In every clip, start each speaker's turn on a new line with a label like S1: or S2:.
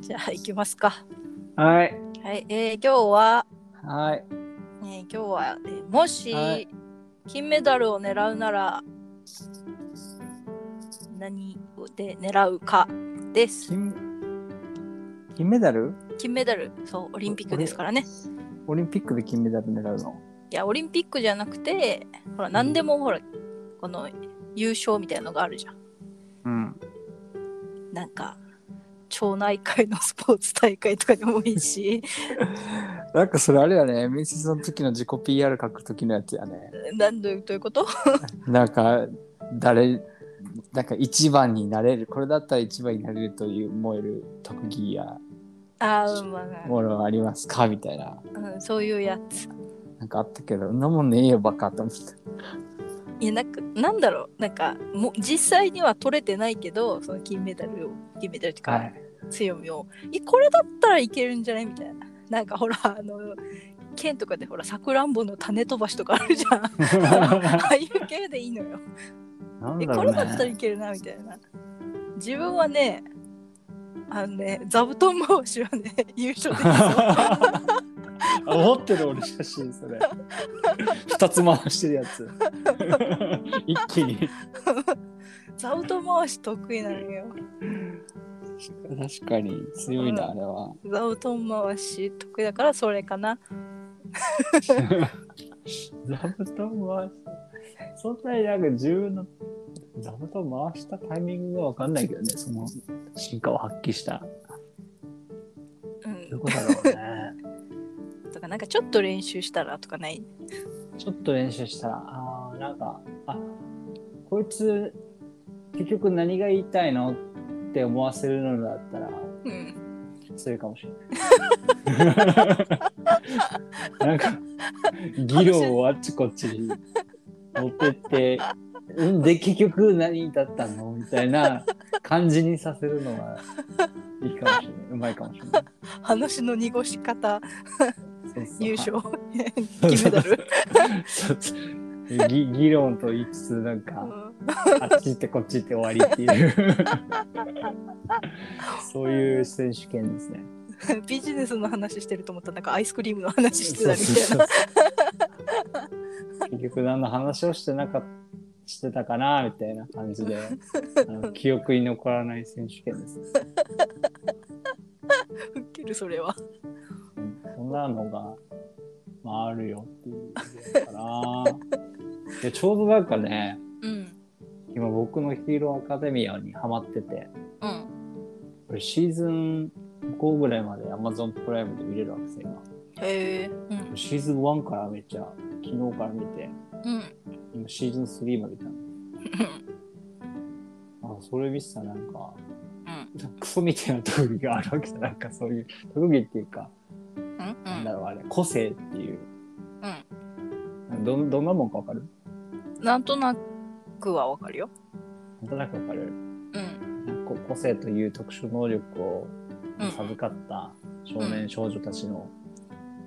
S1: じゃあ行きますか。
S2: はい。
S1: はい、えー今日は、
S2: はい。
S1: えー今日は、えーもし、
S2: はい
S1: 金メダルを狙うなら何で狙うかです。
S2: 金金メダル
S1: 金メダル、そうオリンピックですからね。
S2: オリンピックで金メダル狙うの
S1: いやオリンピックじゃなくて、ほら何でもほらこの優勝みたいなのがあるじゃん。
S2: うん。
S1: なんか町内会のスポーツ大会とかでもいい し、
S2: なんかそれあれやね、面接の時の自己 PR 書く時のやつやね。
S1: なんどういうどういうこと？
S2: なんか、誰、なんか一番になれる、これだったら一番になれるという思える特技や
S1: あー、まあまあ
S2: ものはありますかみたいな。
S1: うん、そういうやつ。
S2: なんかあったけど、そんなもんねえよ、バカと思って。
S1: いやなんかなんだろうなんかもう実際には取れてないけどその金メダルを金メダルとか、
S2: はい。
S1: 強みをいこれだったらいけるんじゃないみたいななんかほらあの県とかでほらさくらんぼの種飛ばしとかあるじ ゃんああいう系でいいのよ
S2: なん
S1: え
S2: だ
S1: これ
S2: ろう
S1: だったら
S2: ね。
S1: いけるなみたいな自分はねあのね座布団回しはね 優勝できそう
S2: 思ってる俺写真それ。二つ回してるやつ。一気に。
S1: 座布団回し得意なのよ
S2: 確かに強いな、あれは。
S1: 座布団回し得意だからそれかな
S2: 座布団回し、そんなになんか自分の座布団回したタイミングがわかんないけどね、その進化を発揮し
S1: う
S2: た。ど
S1: ん
S2: こだろうね。
S1: とかなんかちょっと練習したらとかない
S2: ちょっと練習したら、あーなんか、あこいつ、結局何が言いたいのって思わせるのだったら、
S1: うん、
S2: 強いかもしれ ない。なんか議論をあっちこっちに持ってって、うんで結局何だったのみたいな感じにさせるのはいいかもしれない。うまいかもしれない。
S1: 話の濁し方
S2: そうそう
S1: 優勝 金メダル、
S2: そうそうぎ議論と言いつつなん
S1: う
S2: か
S1: ん
S2: あっち行ってこっち行って終わりって いうそういう選手権ですね。
S1: ビジネスの話してると思ったらなんかアイスクリームの話してたみ
S2: そう
S1: たいうな
S2: そ そう結局何の話をしてなかっしてたかなみたいな感 じであの記憶に残らない選手権です
S1: ウケるそれは
S2: そんなのが、まあ、あるよっていうのか ないやちょうどなんかね
S1: うん
S2: 今僕のヒーローアカデミアにハマってて
S1: うん
S2: これシーズン5ぐらいまで Amazon プライムで見れるわけですよ
S1: へえうん
S2: 今シーズン1からめっちゃ昨日から見て
S1: うん
S2: 今シーズン3まで見たのあそれ見てたらなんかクソみたいな特技があるわけじゃなんかそういう特技っていうか、
S1: うんう
S2: なん
S1: ん
S2: だろうあれ個性っていう、どどんなもんかわかる
S1: うんなんとなくはわかるよ
S2: なんとなくわかる
S1: うん
S2: なんかこ個性という特殊能力を
S1: うん
S2: 授かった少年、
S1: うん
S2: 少女たちの、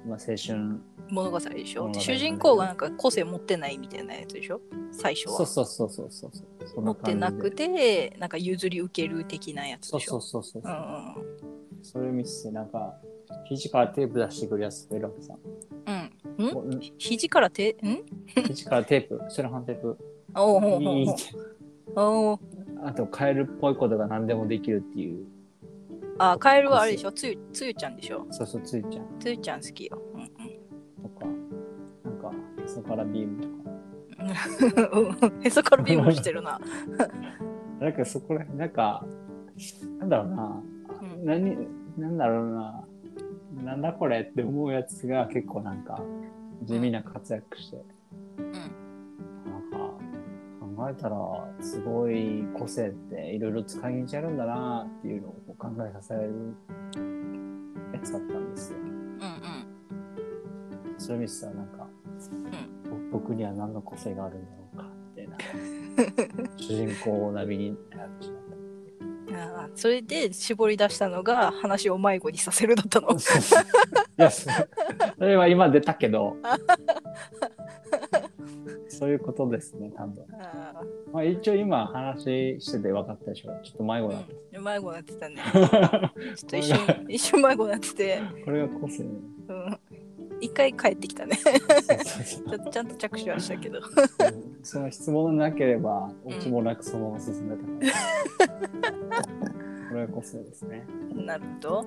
S2: まあ、青春
S1: 物語でしょ
S2: 物語
S1: 主人公がなんか個性持ってないみたいなやつでしょ最初
S2: そう
S1: は
S2: そうそうそうそうそうそん
S1: 持っ
S2: 感じ
S1: て
S2: で
S1: なくてなんか譲り受ける的なやつ
S2: そ
S1: で
S2: う
S1: し
S2: そ
S1: ょ
S2: うそうそう、
S1: うんうん
S2: それ見ててなんか肘からテープ出してくるやつがいるわけさ
S1: うん
S2: もう
S1: 肘から手ん
S2: 肘からテープセロハンテープ
S1: おうほうほ
S2: いうい
S1: ほ
S2: っ
S1: う
S2: て
S1: おー
S2: あとカエルっぽいことが何でもできるっていう
S1: あカエルはあれでしょつゆつゆちゃんでしょ
S2: そうそうついちゃん
S1: つゆちゃん好きよ、うん
S2: とか、なんか、へそからビームとか。
S1: うん、へそからビームしてるな、
S2: なんかそこら辺、なんか、なんだろうな、
S1: うん
S2: 何、なんだろうな、なんだこれって思うやつが結構なんか、地味な活躍して、
S1: うん、
S2: なんか、考えたら、すごい個性っていろいろ使い道あるんだなっていうのをこう考えさせられるやつだったんですよ。
S1: うんうん
S2: それ見てたらなんか、僕には何の個性があるんだろうか、みたいな。主人公をナビになってしまった。
S1: あーそれで絞り出したのが話を迷子にさせるだったの
S2: いやそそれは今出たけどそういうことですね、多分。
S1: ああ
S2: まあ、一応今話してて分かったでしょ。ちょっと迷子なんで
S1: うん、迷子になってた ね。ち
S2: す。
S1: ょっと一瞬、一瞬迷子になってて、
S2: これが個性。
S1: うん。一回帰ってきたね。
S2: そうそうそ
S1: ちょ
S2: う
S1: っとちゃんと着手はしたけど。
S2: うんその質問なければ、オチもなくそのまま進めたから。これは個性ですね。
S1: なるほど。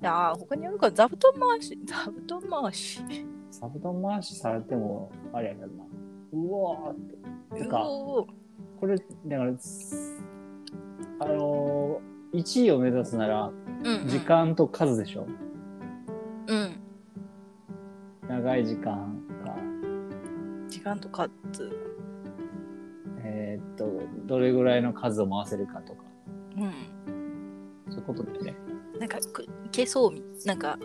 S1: いやー、他にあるか、座布団回し、座布団回し。
S2: サブダン回しされても、あれやけどな。うわーって。てか、
S1: おー
S2: これ、だから、すあのー、1位を目指すなら、
S1: うんうん、
S2: 時。間と数でしょ。
S1: うん。
S2: 長い時間か。
S1: 時間とかつ。
S2: えーっと、どれぐらいの数を回せるかとか。
S1: うん。
S2: そういうことだよね。
S1: なんか、くいけそうみ、なんか、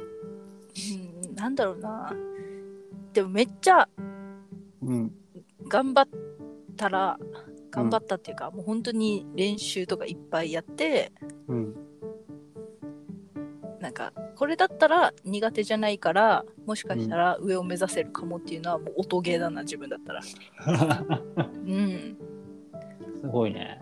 S1: うん、なんだろうな。でもめっちゃ
S2: うん。
S1: 頑張ったら、頑張ったっていうか、もう本当に練習とかいっぱいやって、
S2: うん。
S1: なんか、これだったら苦手じゃないから、もしかしたら上を目指せるかもっていうのは、もう音ゲーだな、自分だったら。うん。
S2: すごいね。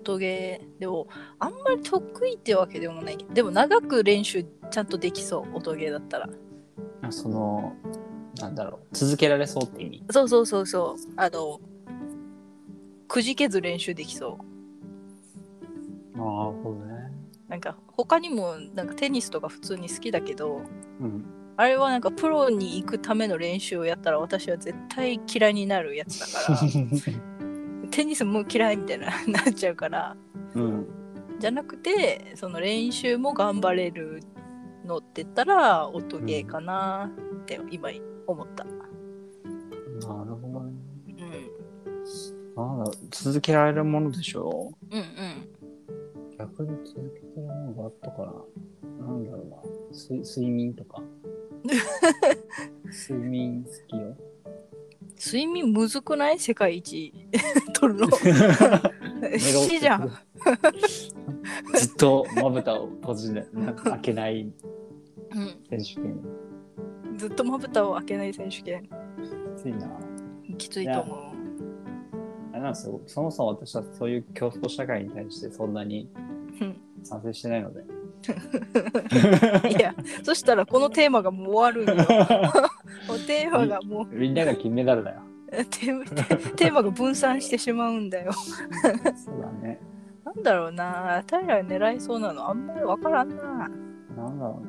S1: 音ゲーでもあんまり得意ってわけでもないけどでも長く練習ちゃんとできそう音ゲーだったら
S2: あその、なんだろう。続けられそうって意味。
S1: そうそうそうそうあのくじけず練習できそ
S2: なるほどね。
S1: うなんか他にもなんかテニスとか普通に好きだけど
S2: うん。
S1: あれはなんかプロに行くための練習をやったら私は絶対嫌いになるやつだから テニスもう嫌いみたいななっちゃうから
S2: うん。
S1: じゃなくてその練習も頑張れるのって言ったら音ゲーかなって今思った。
S2: なるほどね。
S1: うん
S2: なんだろう。続けられるものでしょ
S1: うんうん
S2: う。逆に続けてるものがあったから、なんだろうな。す睡眠 とか。睡眠好きよ。
S1: 睡眠むずくない世界一 取るの死じゃん。
S2: ずっとまぶたを閉じて、なんか開けない選手権。
S1: うん、ずっとまぶたを開けない選手権
S2: きついな。
S1: きついと思う
S2: あれなんですよ。そもそも私はそういう競争社会に対してそんなに
S1: うん
S2: 賛成してないので。
S1: いやそしたらこのテーマがもう終わるよもうテーマがもう
S2: みんなが金メダルだよ。
S1: テーテーマが分散してしまうんだよ
S2: そうだね。
S1: なんだろうな平ら狙いそうなのあんまり分からんな
S2: なんだろ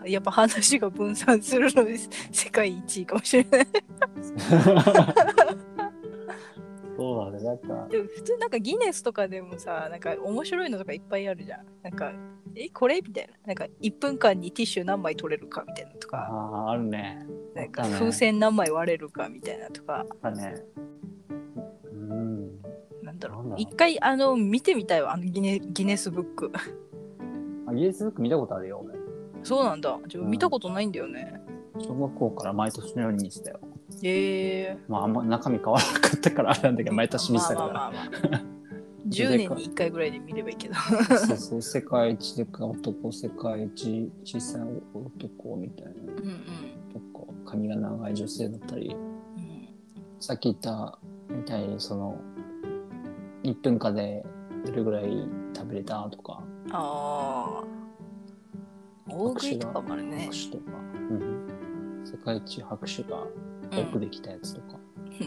S2: うね。
S1: やっぱ話が分散するのです世界一位かもしれない
S2: そうだね。なんか、
S1: でも普通なんかギネスとかでもさなんか面白いのとかいっぱいあるじゃんなんかえこれみたいななんか1分間にティッシュ何枚取れるかみたいなと
S2: あ
S1: か
S2: あ、あるね。
S1: なんか
S2: あったね
S1: 風船何枚割れるかみたいなとか
S2: あったね。うん。
S1: なんだろ
S2: なんだ
S1: う
S2: ろう
S1: 一回あの見てみたいわあのギネギネスブック
S2: あ、イエスブック見たことあるよ、
S1: そうなんだ自
S2: う
S1: 分
S2: ん
S1: 見たことないんだよね、
S2: 俺。小学校から毎年のように見てたよ。
S1: えー
S2: まあ、あんま中身変わらなかったからあれなんだけど、毎年見てたから。
S1: まあまあまあま あ10年に1回ぐらいで見ればいいけど
S2: そうそう、世界一でか男、世界一小さい男みたいな
S1: うんうん、
S2: とか、髪が長い女性だったり、
S1: うん、
S2: さっき言ったみたいに、その、1分間でどれぐらい食べれたとか、
S1: あー大食いとかもあるね
S2: 拍手とか、うん、世界一拍手が
S1: う
S2: 多
S1: ん
S2: くできたやつとか。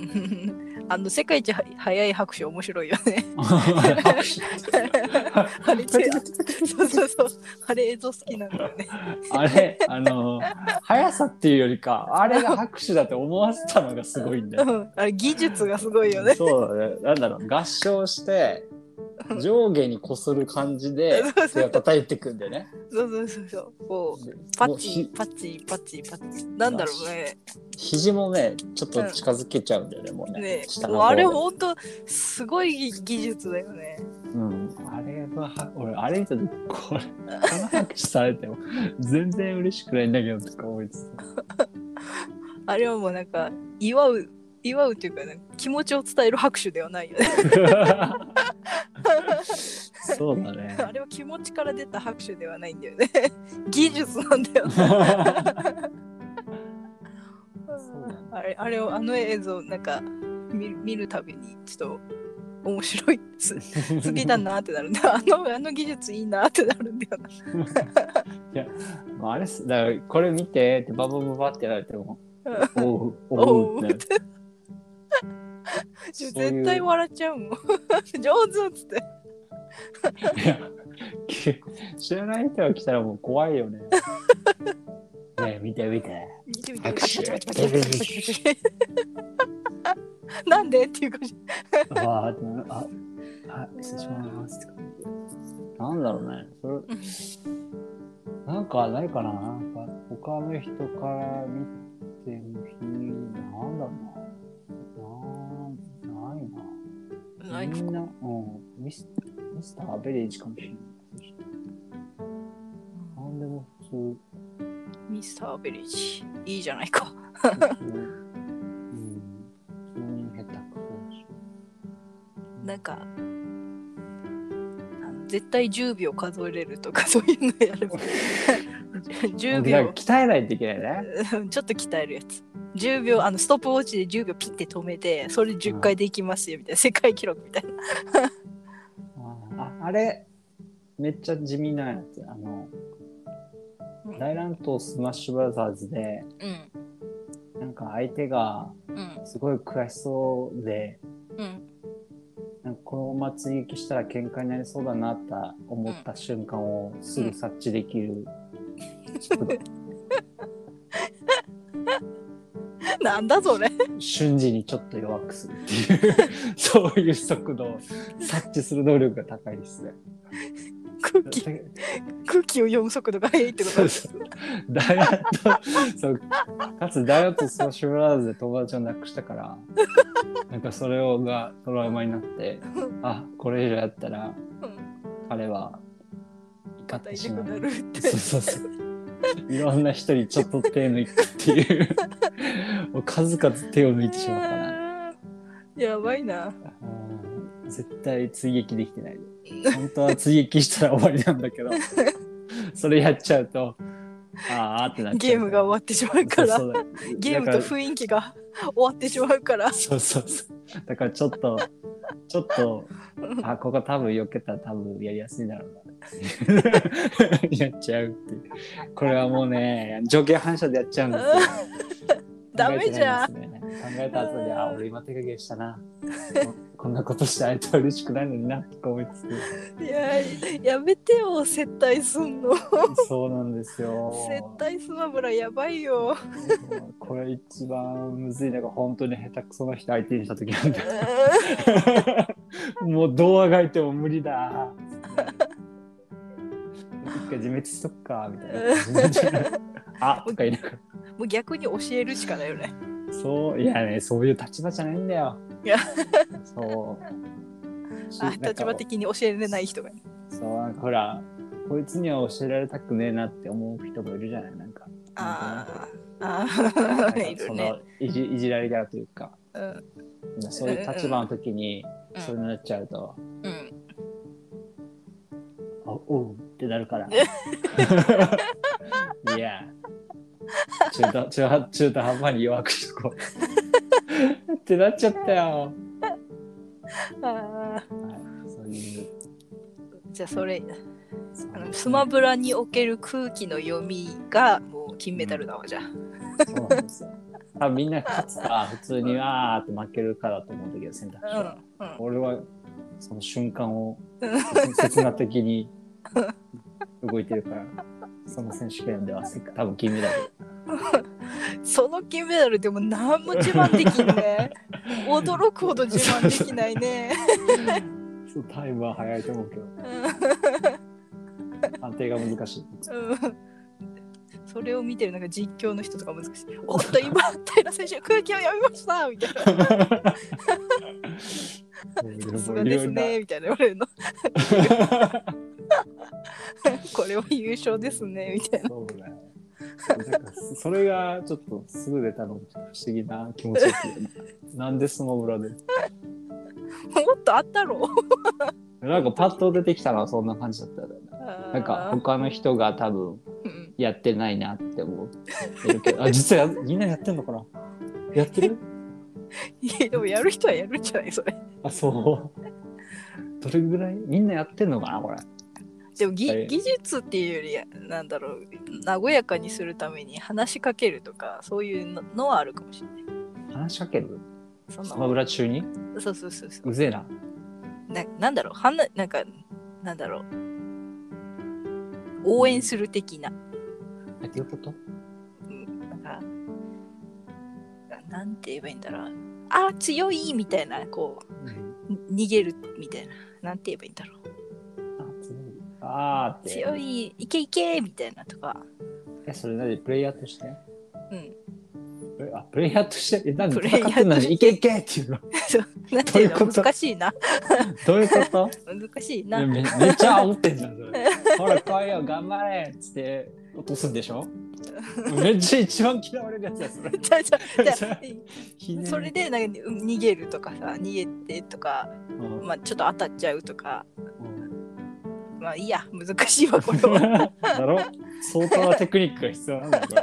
S1: あの世界一は早い拍手面白いよね。
S2: 拍手
S1: あれ違うそうそうそう。あれ映像好きなんだよね。
S2: あれ、あの、速さっていうよりか、あれが拍手だって思わせたのがすごいんだよ。
S1: うんあれ技術がすごいよね。
S2: そうだね。なんだろう、合唱して、上下にこする感じで
S1: そうそう、
S2: 手を叩いていくんでね。
S1: そうそうそうそう。こう
S2: で
S1: パ
S2: もう
S1: チ
S2: ひ
S1: パチパチパチ。なんだろうね。
S2: 肘もね、ちょっと近づけちゃうんだよね、もうね。
S1: ね
S2: 下の
S1: もう
S2: 方
S1: あ
S2: で
S1: れ本当すごい技術だよね。
S2: うん。あれは、俺、あれ見た時、これ、この拍手されても、全然嬉しくないんだけど、とか思いつつ。
S1: あれはもうなんか祝う祝うというかなんか気持ちを伝える拍手ではないよ ね。
S2: そうだ ね。
S1: あれは気持ちから出た拍手ではないんだよね。技術なんだよね。
S2: そうだね。
S1: あれあれをあの映像なんか見る見るたびにちょっと面白いです好きだなってなるんであのあの技術いいなってなるんだよな。
S2: まああれっすだからこれ見てってババババってやられても
S1: うん
S2: おうお
S1: おう
S2: うっ
S1: って
S2: な
S1: て
S2: る。
S1: ちょ
S2: そういう
S1: 絶対笑っちゃうもん。 上手っつって。
S2: いやき知らない人が来たらもう怖い よね。ねえ見て見て。
S1: 見てみて。
S2: 握
S1: なんでっていう感じ。
S2: わあってなるああ失礼しますって感じ。なんだろうね。それなんかないかな。なんか他の人から見てる日なんだろうな。なんないな。
S1: ない
S2: み
S1: の
S2: ん
S1: か
S2: な、うん、ミスミスターアベレージかもしれない。なんでも普通。
S1: ミスターベリージ。いいじゃないか。
S2: 普通うん。普通に下手く
S1: なんか、あの絶対10秒数えれるとかそういうのやれ ば。
S2: そ
S1: 10
S2: うだから
S1: 秒。
S2: 鍛えないといけないね。
S1: うんちょっと鍛えるやつ。10秒、あのストップウォッチで10秒ピッて止めて、それ10回できますよみたいな、世界記録みたいな。
S2: ああれ、めっちゃ地味なやつ。あの
S1: う、ん
S2: 大乱闘スマッシュブラザーズで、
S1: うん、
S2: なんか相手が
S1: うん、
S2: すごい悔しそうで、
S1: うん、
S2: なんかこのまま追撃したら喧嘩になりそうだなって思った瞬間をすぐ察知で きる。
S1: なんだそれ。
S2: 瞬時にちょっと弱くするっていう そういう速度を察知する能力が高いですね。
S1: 空気、空気を読む速度が速いってこ
S2: そ
S1: と
S2: うそう大学とそうかつ大学とソーシャルラーズで友達を亡くしたからなんかそれをがトラウマになってあこれ以上やったら
S1: うん
S2: 彼は怒っ
S1: 硬
S2: て
S1: い
S2: し
S1: く
S2: ま
S1: な
S2: う。
S1: るって。
S2: そうそうそういろんな人にちょっと手抜くっていうもう数々手を抜いてしまったな。
S1: えーやばいな。
S2: うん絶対追撃できてない本当は追撃したら終わりなんだけどそれやっちゃうとああってなっちゃ
S1: ゲー
S2: う
S1: ムが終わってしまうから、
S2: そうそう
S1: ゲームと雰囲気が終わってしまうから。
S2: そうそうそうだからちょっとちょっと
S1: うん
S2: あここ多分避けたら多分やりやすいだろうなやっちゃう っていうこれはもうね条件反射でやっちゃうんですよ
S1: ダメじゃん
S2: 考えてないですね考えた後であ俺今手加減したなここんなことしてあいつは嬉しくないのになとか思いつつ
S1: いや、やめてよ、接待すんの。
S2: そうなんですよ。
S1: 接待スマブラやばいよ。
S2: これ一番むずいのが本当に下手くそな人相手にした時なんだよ。 もうどうあがいても無理だ。一回自滅しとくかみたい な。あとか言いながら。
S1: もう逆に教えるしかないよね。
S2: そういやねそういう立場じゃないんだよ
S1: いや。
S2: そう。
S1: あ
S2: なんか
S1: 立場的に教えれない人が。
S2: そうなんかほらこいつには教えられたくねえなって思う人もいるじゃないなん か。
S1: あーあ
S2: なんか
S1: ー、いる
S2: そ
S1: ね
S2: の。いじいじられだというか。
S1: うん
S2: そういう立場の時に
S1: うん
S2: そうなっちゃうと、
S1: うん
S2: あおうってな るから。いや、中途中途中途半端に弱くしとこう。 ってなっちゃったよ。
S1: あー
S2: はい、そういう。
S1: じゃあそれ
S2: そう
S1: あのスマブラにおける空気の読みがもう金メダルだわじゃあ
S2: そうなんですよ。多分みんな勝つか、普通にあーって負けるかだと思うんだけど、選択肢は。
S1: うんうん
S2: 俺はその瞬間を
S1: うん
S2: 切切な的に動いてるから、その選手権ではせ多分金メダル。
S1: その金メダルでも何も自慢できんね驚くほど自慢できないね
S2: そうタイムは早いと思うけど判定が難しい。
S1: うんうんそれを見てるなんか実況の人とか難しいおっと今平選手空気を読みましたみたいなさすがですねみたいな言われる のこれは優勝ですねみたいな
S2: そうだよなんかそれがちょっとすぐ出たのもちょっと不思議な気持ちですよね。なんでスマブラで
S1: もっとあったろ
S2: なんかパッと出てきたのはそんな感じだったよね。
S1: な
S2: なんか他の人が多分
S1: うん
S2: やってないなって思ってるけど、あ、実はやみんなやってんのかなやってる
S1: いやでもやる人はやるんじゃないそれ
S2: あそうどれぐらいみんなやってんのかなこれ
S1: でもぎ
S2: はい
S1: 技術っていうよりなんだろう和やかにするために話しかけるとかそういうののはあるかもしれない
S2: 話しかける
S1: そ
S2: スマ
S1: の
S2: ブラ中に
S1: そうそうそうそう
S2: うぜえな
S1: ななんだろうはななんかなんだろう応援する的な
S2: えどういうこと
S1: なんかなんて言えばいいんだろうあ強いみたいなこうに逃げるみたいななんて言えばいいんだろう
S2: あ強いあーって
S1: 強いいけいけみたいなとか
S2: えそれ何プレイヤーとして
S1: うん
S2: プレイあプレイヤーとしてえ何
S1: プレイ
S2: 戦
S1: ヤーと
S2: ってんのにいけいけっていうの
S1: そうなんていう
S2: どういうこ
S1: の
S2: と
S1: 難しいな
S2: どういうこと
S1: 難しい
S2: いや
S1: な
S2: めめっちゃ煽ってんじゃんそれほら来いよ頑張れっつって落とすんでし ょめっちゃ一番嫌われるやつや それ
S1: じゃあじゃあじゃあ
S2: ひねり
S1: それでなんか逃げるとかさ逃げてとか、
S2: うん
S1: まあ、ちょっと当たっちゃうとか
S2: うん
S1: まあいいや難しいわこれ は
S2: だろ相当なテクニックが必要なんだよこ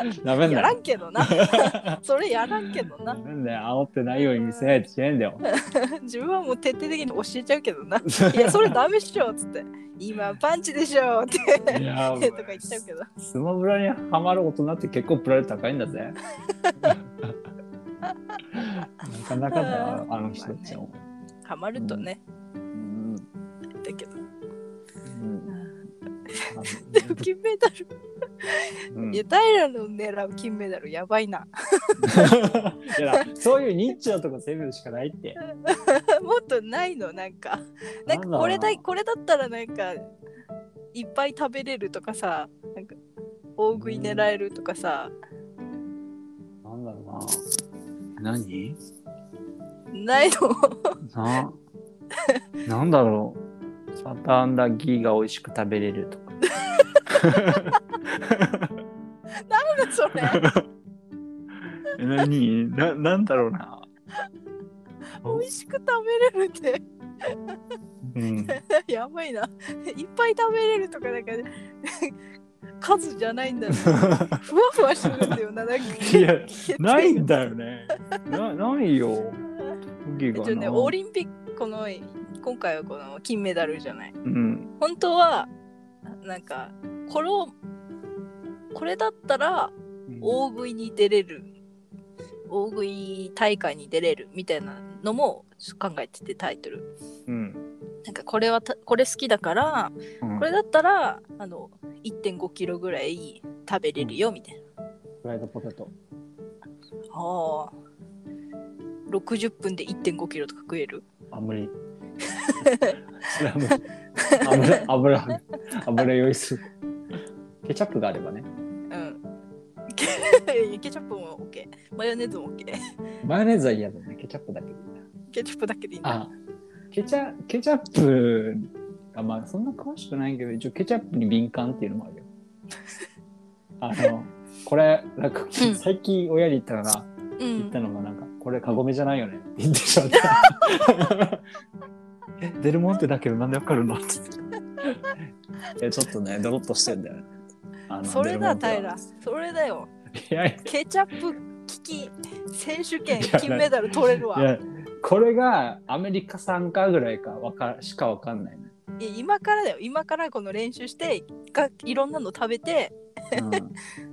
S2: れダメ
S1: や
S2: だ
S1: ら
S2: よ
S1: んけど なそれやらんけど
S2: ダ
S1: な
S2: メだよ煽ってないように見せないといけないんだよ
S1: 自分はもう徹底的に教えちゃうけど ないやそれダメっしょっつって今パンチでしょって
S2: い や
S1: とか言っちゃうけど
S2: スマブラにハマる大人って結構プライド高いんだ ぜなかなかだよあの人たちも、
S1: ハマるとね
S2: うん
S1: だけど
S2: うんあ
S1: でも金メダル
S2: うん
S1: いや平の狙う金メダルやばいな
S2: いやそういうニッチなとこ攻めるしかないって。
S1: もっとないのなんかなんかこれだ
S2: なんだろう
S1: これだったらなんかいっぱい食べれるとかさなんか大食い狙えるとかさ
S2: なんだろうな。何
S1: ないの
S2: ななんだろう。サターンダギーが美味しく食べれるとか。
S1: それ
S2: え何ななんだろうな。
S1: 美味しく食べれるって
S2: うん、
S1: やばいな。いっぱい食べれるとかなんか、ね、数じゃないんだね。 ふわふわしてるんだよな。なんか
S2: いやないんだよね。なないよ。ギー
S1: えっ
S2: が
S1: と
S2: な。
S1: ね、オリンピック、この今回はこの金メダルじゃない。
S2: うん。
S1: 本当は、なんか、これを、これだったら大食いに出れる。大食い大会に出れるみたいなのも考えててタイトル
S2: うん。
S1: なんかこれはたこれ好きだから
S2: うん
S1: これだったらあの1.5キロぐらい食べれるよみたいな。
S2: フライドポテト。
S1: ああ。60分で1.5キロとか食える
S2: あ無理。それは無理。油、油、油用意する。ケチャップがあればね。
S1: うん。 ケケチャップも OK。マヨネーズも OK。
S2: マヨネーズは嫌だね。ケチャップだけでいいな。
S1: ケチャップだけでいいんだ。
S2: あ、ケチャ、ケチャップが、まあそんな詳しくないけど、一応ケチャップに敏感っていうのもあるよ。あ の、これ、なんか、
S1: ん
S2: 最近親に言ったらな、
S1: う
S2: 言っ
S1: ん。
S2: たのがなんか、これカゴメじゃないよねって言ってしまった。 え、デルモンテだけどなんでわかるのってえ、ちょっとね、ドロッとしてんだよね。あの
S1: それだ、
S2: デルモ
S1: 平。
S2: ン
S1: それだよ。
S2: テはいやい
S1: ケチャップ危機選手権
S2: いや
S1: 金メダル取れるわ。い
S2: や、これがアメリカ参加ぐらいかわかしかわかんないね。
S1: や今からだよ。今からこの練習して、がいろんなの食べて、
S2: うん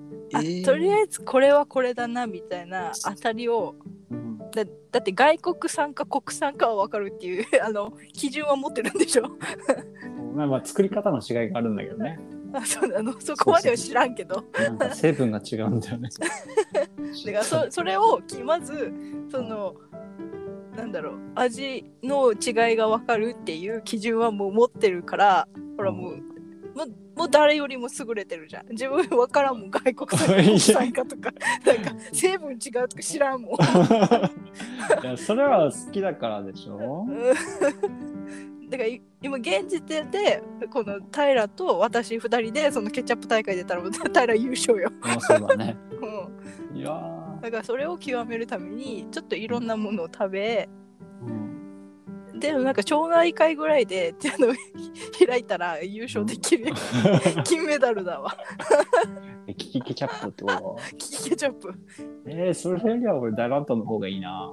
S1: あとりあえずこれはこれだなみたいな当たりを
S2: うん
S1: だだって外国産か国産かは分かるっていう あの基準は持ってるんでしょ
S2: まあまあ作り方の違いがあるんだけどね。
S1: あそうあのそこまでは知らんけど
S2: なんか成分が違うんだよね。
S1: だから そそれをきまずそのなんだろう味の違いが分かるっていう基準はもう持ってるからほらもう、
S2: う
S1: もうもう誰よりも優れてるじゃん自分分からんもん外国産か
S2: いや
S1: 国産か とかなんか成分違うとか知 らんもん
S2: いやそれは好きだからでしょ。
S1: うん だからい今現時点でこの平と私2人でそのケチャップ大会出たらもう平優勝よ、
S2: まあそうだね。
S1: うん、
S2: いや
S1: だからそれを極めるためにちょっといろんなものを食べ
S2: ー、うん、
S1: でもなんか町内会ぐらいでっていう のを開いたら優勝できる金メダルだわ
S2: ね。キキケチャップってこと
S1: キキケチャップ。
S2: えー、それよりは俺ダラントの方がいいな。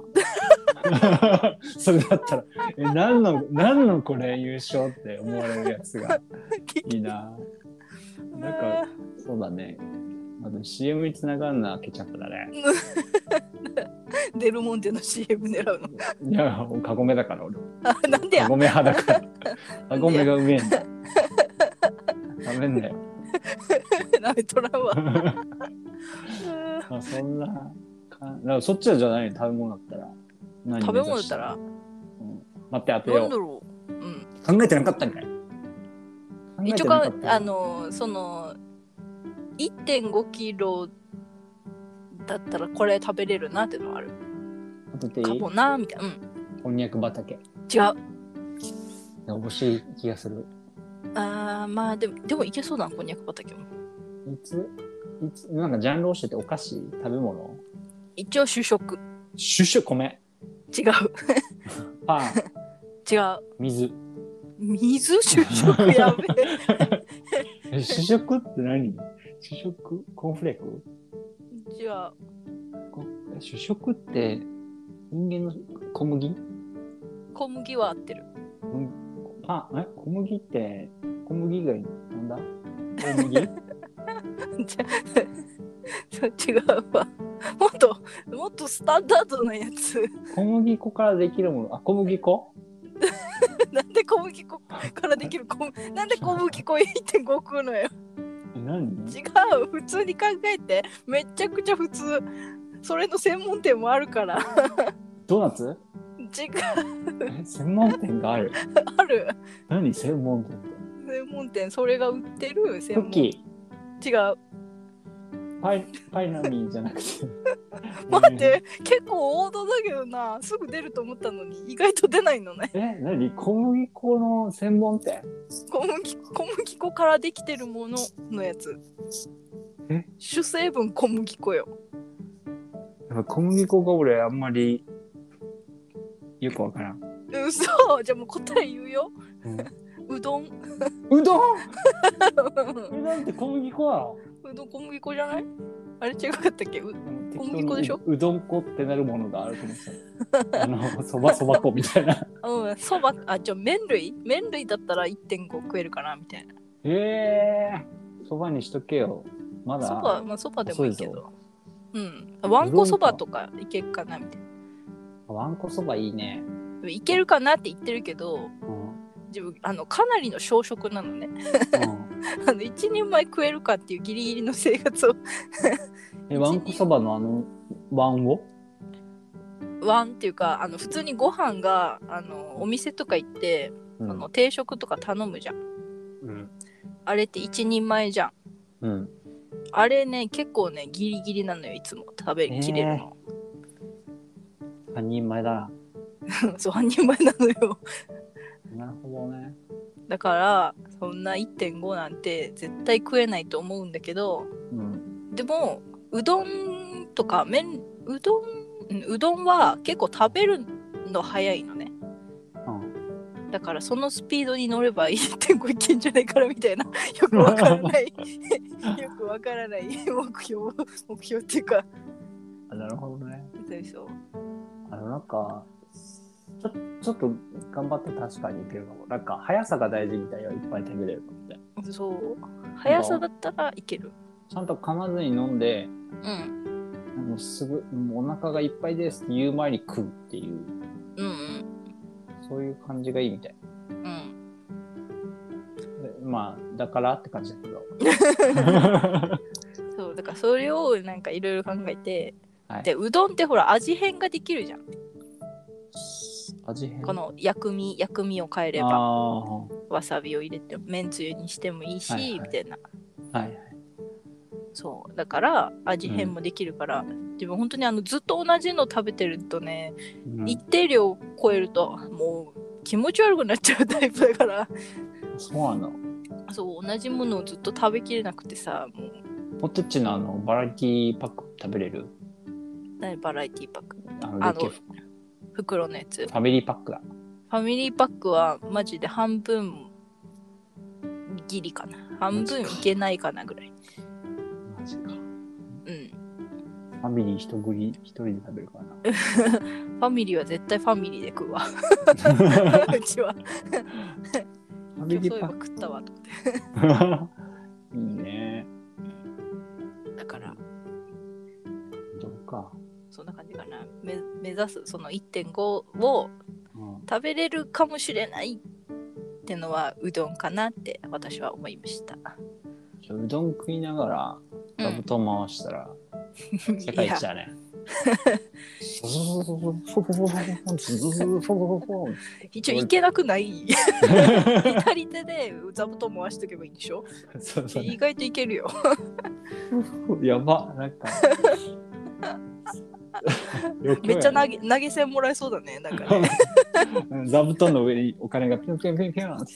S2: それだったら、え、何の、何のこれ優勝って思われるやつ がいいな。なんか、そうだね。あと CM につながるのはケチャップだね。
S1: デルモンテの CM 狙うの。
S2: いや、カゴメだから俺。
S1: あ、なんで
S2: カ
S1: や
S2: ゴメ派だ から。カゴメがうめえんだ。食べん だよ。
S1: なめとらんわ。
S2: まあ、そんなかん、だからそっちはじゃないの食べ物だったら。何
S1: 食べ物だったら、
S2: 待って当て
S1: な
S2: よ
S1: んだ
S2: う。
S1: ろう。うん。
S2: 考えてなかったんかい。考え
S1: 一
S2: て
S1: 応
S2: な
S1: か
S2: かっ、た
S1: あの、その、1.5キロだったらこれ食べれるなってのはある。
S2: あとでい
S1: か
S2: い
S1: もな、みたいな。うん。
S2: こんにゃく畑。
S1: 違う。
S2: 欲しい気がする。
S1: あー、まあでも、でもいけそうだな、こんにゃく畑も。
S2: いつ、いつ、なんかジャンルをしててお菓子、食べ物
S1: 一応主食。
S2: シュシュ米、
S1: 違う。
S2: パン、
S1: 違う。
S2: 水。
S1: 水主食やべえ。
S2: え主食って何主食コーンフレーク
S1: 違う。
S2: こえ主食って人間の小麦
S1: 小麦は合ってる。
S2: パンえ小麦って小麦以外なんだ小 麦
S1: じゃそう 違うわ。もっと、もっとスタンダードなやつ。
S2: 小麦粉からできるものあ小麦粉
S1: なんで小麦粉からできる小麦なんで小麦粉1.5食うのよ。
S2: え何
S1: 違う。普通に考えて。めちゃくちゃ普通。それの専門店もあるから。
S2: ドーナツ
S1: 違う。
S2: え専門店がある
S1: ある。
S2: 何専門店って
S1: 専門店、それが売ってる専
S2: クッ
S1: 門店。
S2: キ
S1: 違う。
S2: ーパイパイナミーじゃなくて
S1: 待って、結構王道だけどな。すぐ出ると思ったのに、意外と出ないのね。
S2: えーえ何小麦粉の専門店
S1: 小麦小麦粉からできてるもののやつ
S2: え
S1: 主成分小麦粉よ
S2: やっぱ小麦粉が俺あんまりよくわからん。
S1: 嘘じゃあもう答え言うよ うどん
S2: うどん
S1: う
S2: うどんって小麦粉なの
S1: どん小麦粉じゃないあれ違かったっけう小麦粉でしょ
S2: 適当にううどん粉ってなるものがあると思ってた。あの、そばそば粉みた いな。
S1: うんそばあじゃあ麺類麺類だったら1.5食えるかなみたいな
S2: へえそばにしとけよ。まだ。
S1: そばまあそばでもいいけ
S2: そう
S1: どうんわんこそばとかいけるかなみたい
S2: わんこそばいいね。
S1: ないけるかなって言ってるけど
S2: うん。うん
S1: 自分あのかなりの小食なのね あの一人前食えるかっていうギリギリの生活を
S2: え、わんこそばのあの、わんを
S1: ワンっていうかあの普通にご飯があのお店とか行って、
S2: うん
S1: あの定食とか頼むじゃん
S2: うん。
S1: あれって一人前じゃん
S2: うん。
S1: あれね結構ねギリギリなのよいつも食べきれるの、
S2: 三人前だな。
S1: そう半人前なのよ
S2: なるほどね。
S1: だからそんな1.5なんて絶対食えないと思うんだけど
S2: うん。
S1: でもうどんとか麺うどんうんうどんは結構食べるの早いのね
S2: うん。
S1: だからそのスピードに乗れば1.5いけんじゃないからみた いなよくわからない よくわからない 目標目標っていうか
S2: あなるほどね。
S1: そう
S2: あの、なんか、ちょちょっと頑張って確かにいけるかも。なんか、速さが大事みたいよ。いっぱい食べれるかもね。
S1: そう速さだったらいける
S2: ちゃんと噛まずに飲んで、
S1: うん
S2: もうすぐ、もうお腹がいっぱいですって言う前に食うっていう、
S1: うん
S2: そういう感じがいいみたい。
S1: うんうん
S2: でまあ、だからって感じだけど。
S1: そうだからそれをなんかいろいろ考えて、
S2: はい
S1: でうどんってほら味変ができるじゃん
S2: 味変。
S1: この薬味薬味を変えれ
S2: あ
S1: ば
S2: あ、は
S1: わさびを入れてめんつゆにしてもいいし、
S2: はいはい
S1: みたいない
S2: はい。
S1: そうだから味変もできるから、自分本当にあのずっと同じの食べてるとね
S2: うん
S1: 一定量を超えるともう気持ち悪くなっちゃうタイプだから
S2: そうなの。
S1: そう同じものをずっと食べきれなくてさもう
S2: ポテチのあの、バラエティパック食べれる
S1: 何バラエティパック
S2: あの、
S1: あ
S2: でっけえ
S1: の袋のやつフ
S2: ファミリーパックだ。
S1: ァミリーパックはマジで半分ギリかな半分いけないかなぐらい
S2: マジか。ファミリー一食い一人で食べるか
S1: ファミリーは絶対ファミリーで食うわ
S2: な。フ
S1: うちは
S2: ァ
S1: 今
S2: ミ
S1: 日
S2: リ
S1: そうい
S2: ー
S1: え
S2: パ
S1: ば
S2: ッ
S1: 食ったわと
S2: ク。 いいね。
S1: だから
S2: どうか。
S1: そんな感じかなめ目指すその1.5を
S2: うん
S1: 食べれるかもしれないってのはうどんかなって私は思いました、
S2: じゃあうどん食いながら
S1: う
S2: 座
S1: ん
S2: 布団回したら、世界一だね。フォフォフォフォフォフォフォズズズズフォフォフォフォ
S1: 一応いけなくない 左手で座布団回しとけばいいんでしょ
S2: そうそう
S1: 意外といけるよ
S2: やばなんか
S1: めっちゃ投げ投げ銭もらえそうだねなんかね
S2: うん座布団の上にお金がピョンピョンピョンピョンって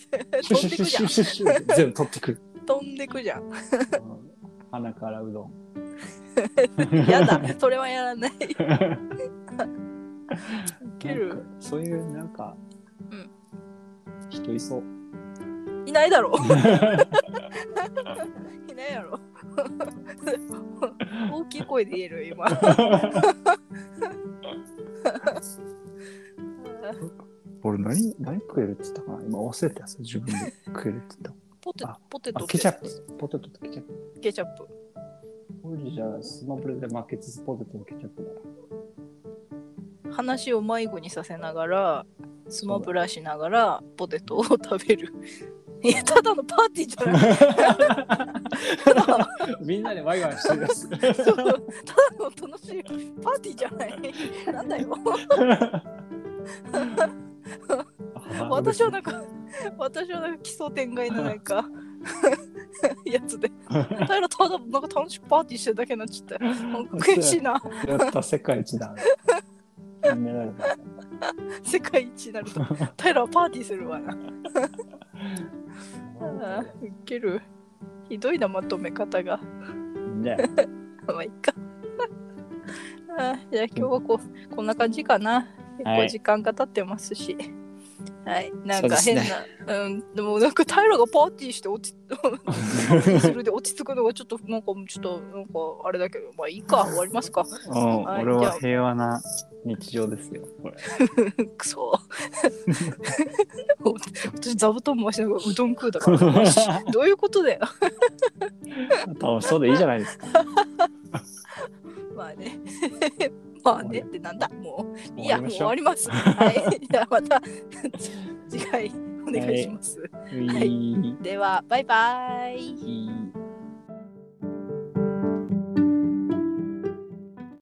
S2: シュ
S1: 飛ん
S2: シュ
S1: でくじゃん
S2: シュシュシュシュ全部取ってくる
S1: 飛んでくじゃん
S2: うん鼻からうどん
S1: やだそれはやらない ける
S2: なんかそういうなんか、
S1: うん
S2: 人いそう
S1: いないだろ いないやろ 大きい声で言える今
S2: 俺何何食えるって言ったかな今忘れたやつ自分で食えるって言っ
S1: ポテ
S2: あ
S1: ポテ
S2: たあ
S1: ト
S2: ケチャップポテトとケチャップ
S1: ケチャップ
S2: 俺じゃあスマブラで負けつつポテトとケチャップだな
S1: 話を迷子にさせながらスマブラしながらポテトを食べるいやただのパーティーじゃない
S2: みんなでワイワイしてるやつ。
S1: そうただの楽しいパーティーじゃないなんだよ私はなんか私はなんか奇想天外ななんかやつで平良ただなんか楽しいパーティーしてるだけになっちゃってなんか悔しいな
S2: やった世界一だ。金メダルだ。
S1: 世界一になると平良はパーティーするわなあーウケるひどいなまとめ方が
S2: ね、
S1: まあいいか あーじゃあ今日はこうこんな感じかな結
S2: は
S1: 構
S2: い
S1: 時間が経ってますしはい、なんか
S2: そう
S1: 変
S2: で
S1: な
S2: す
S1: う、ん、でもなんか平良がパーティーして落ちするで落ち着くのがちょっとなんかちょっとなんかあれだけどまあいいか終わりますか
S2: うん、
S1: はい
S2: 俺は平和な日常ですよ。これ
S1: く そ私座布団回しながらうどん食うだ からどういうことだよ
S2: 楽しそうでいいじゃないですか。
S1: まあね まあねってなんだもういや、もう終
S2: 終
S1: わ
S2: わり
S1: ります。はい。じゃあまた 次回お願いします。
S2: ましょう。
S1: では、バイバイ。
S2: いい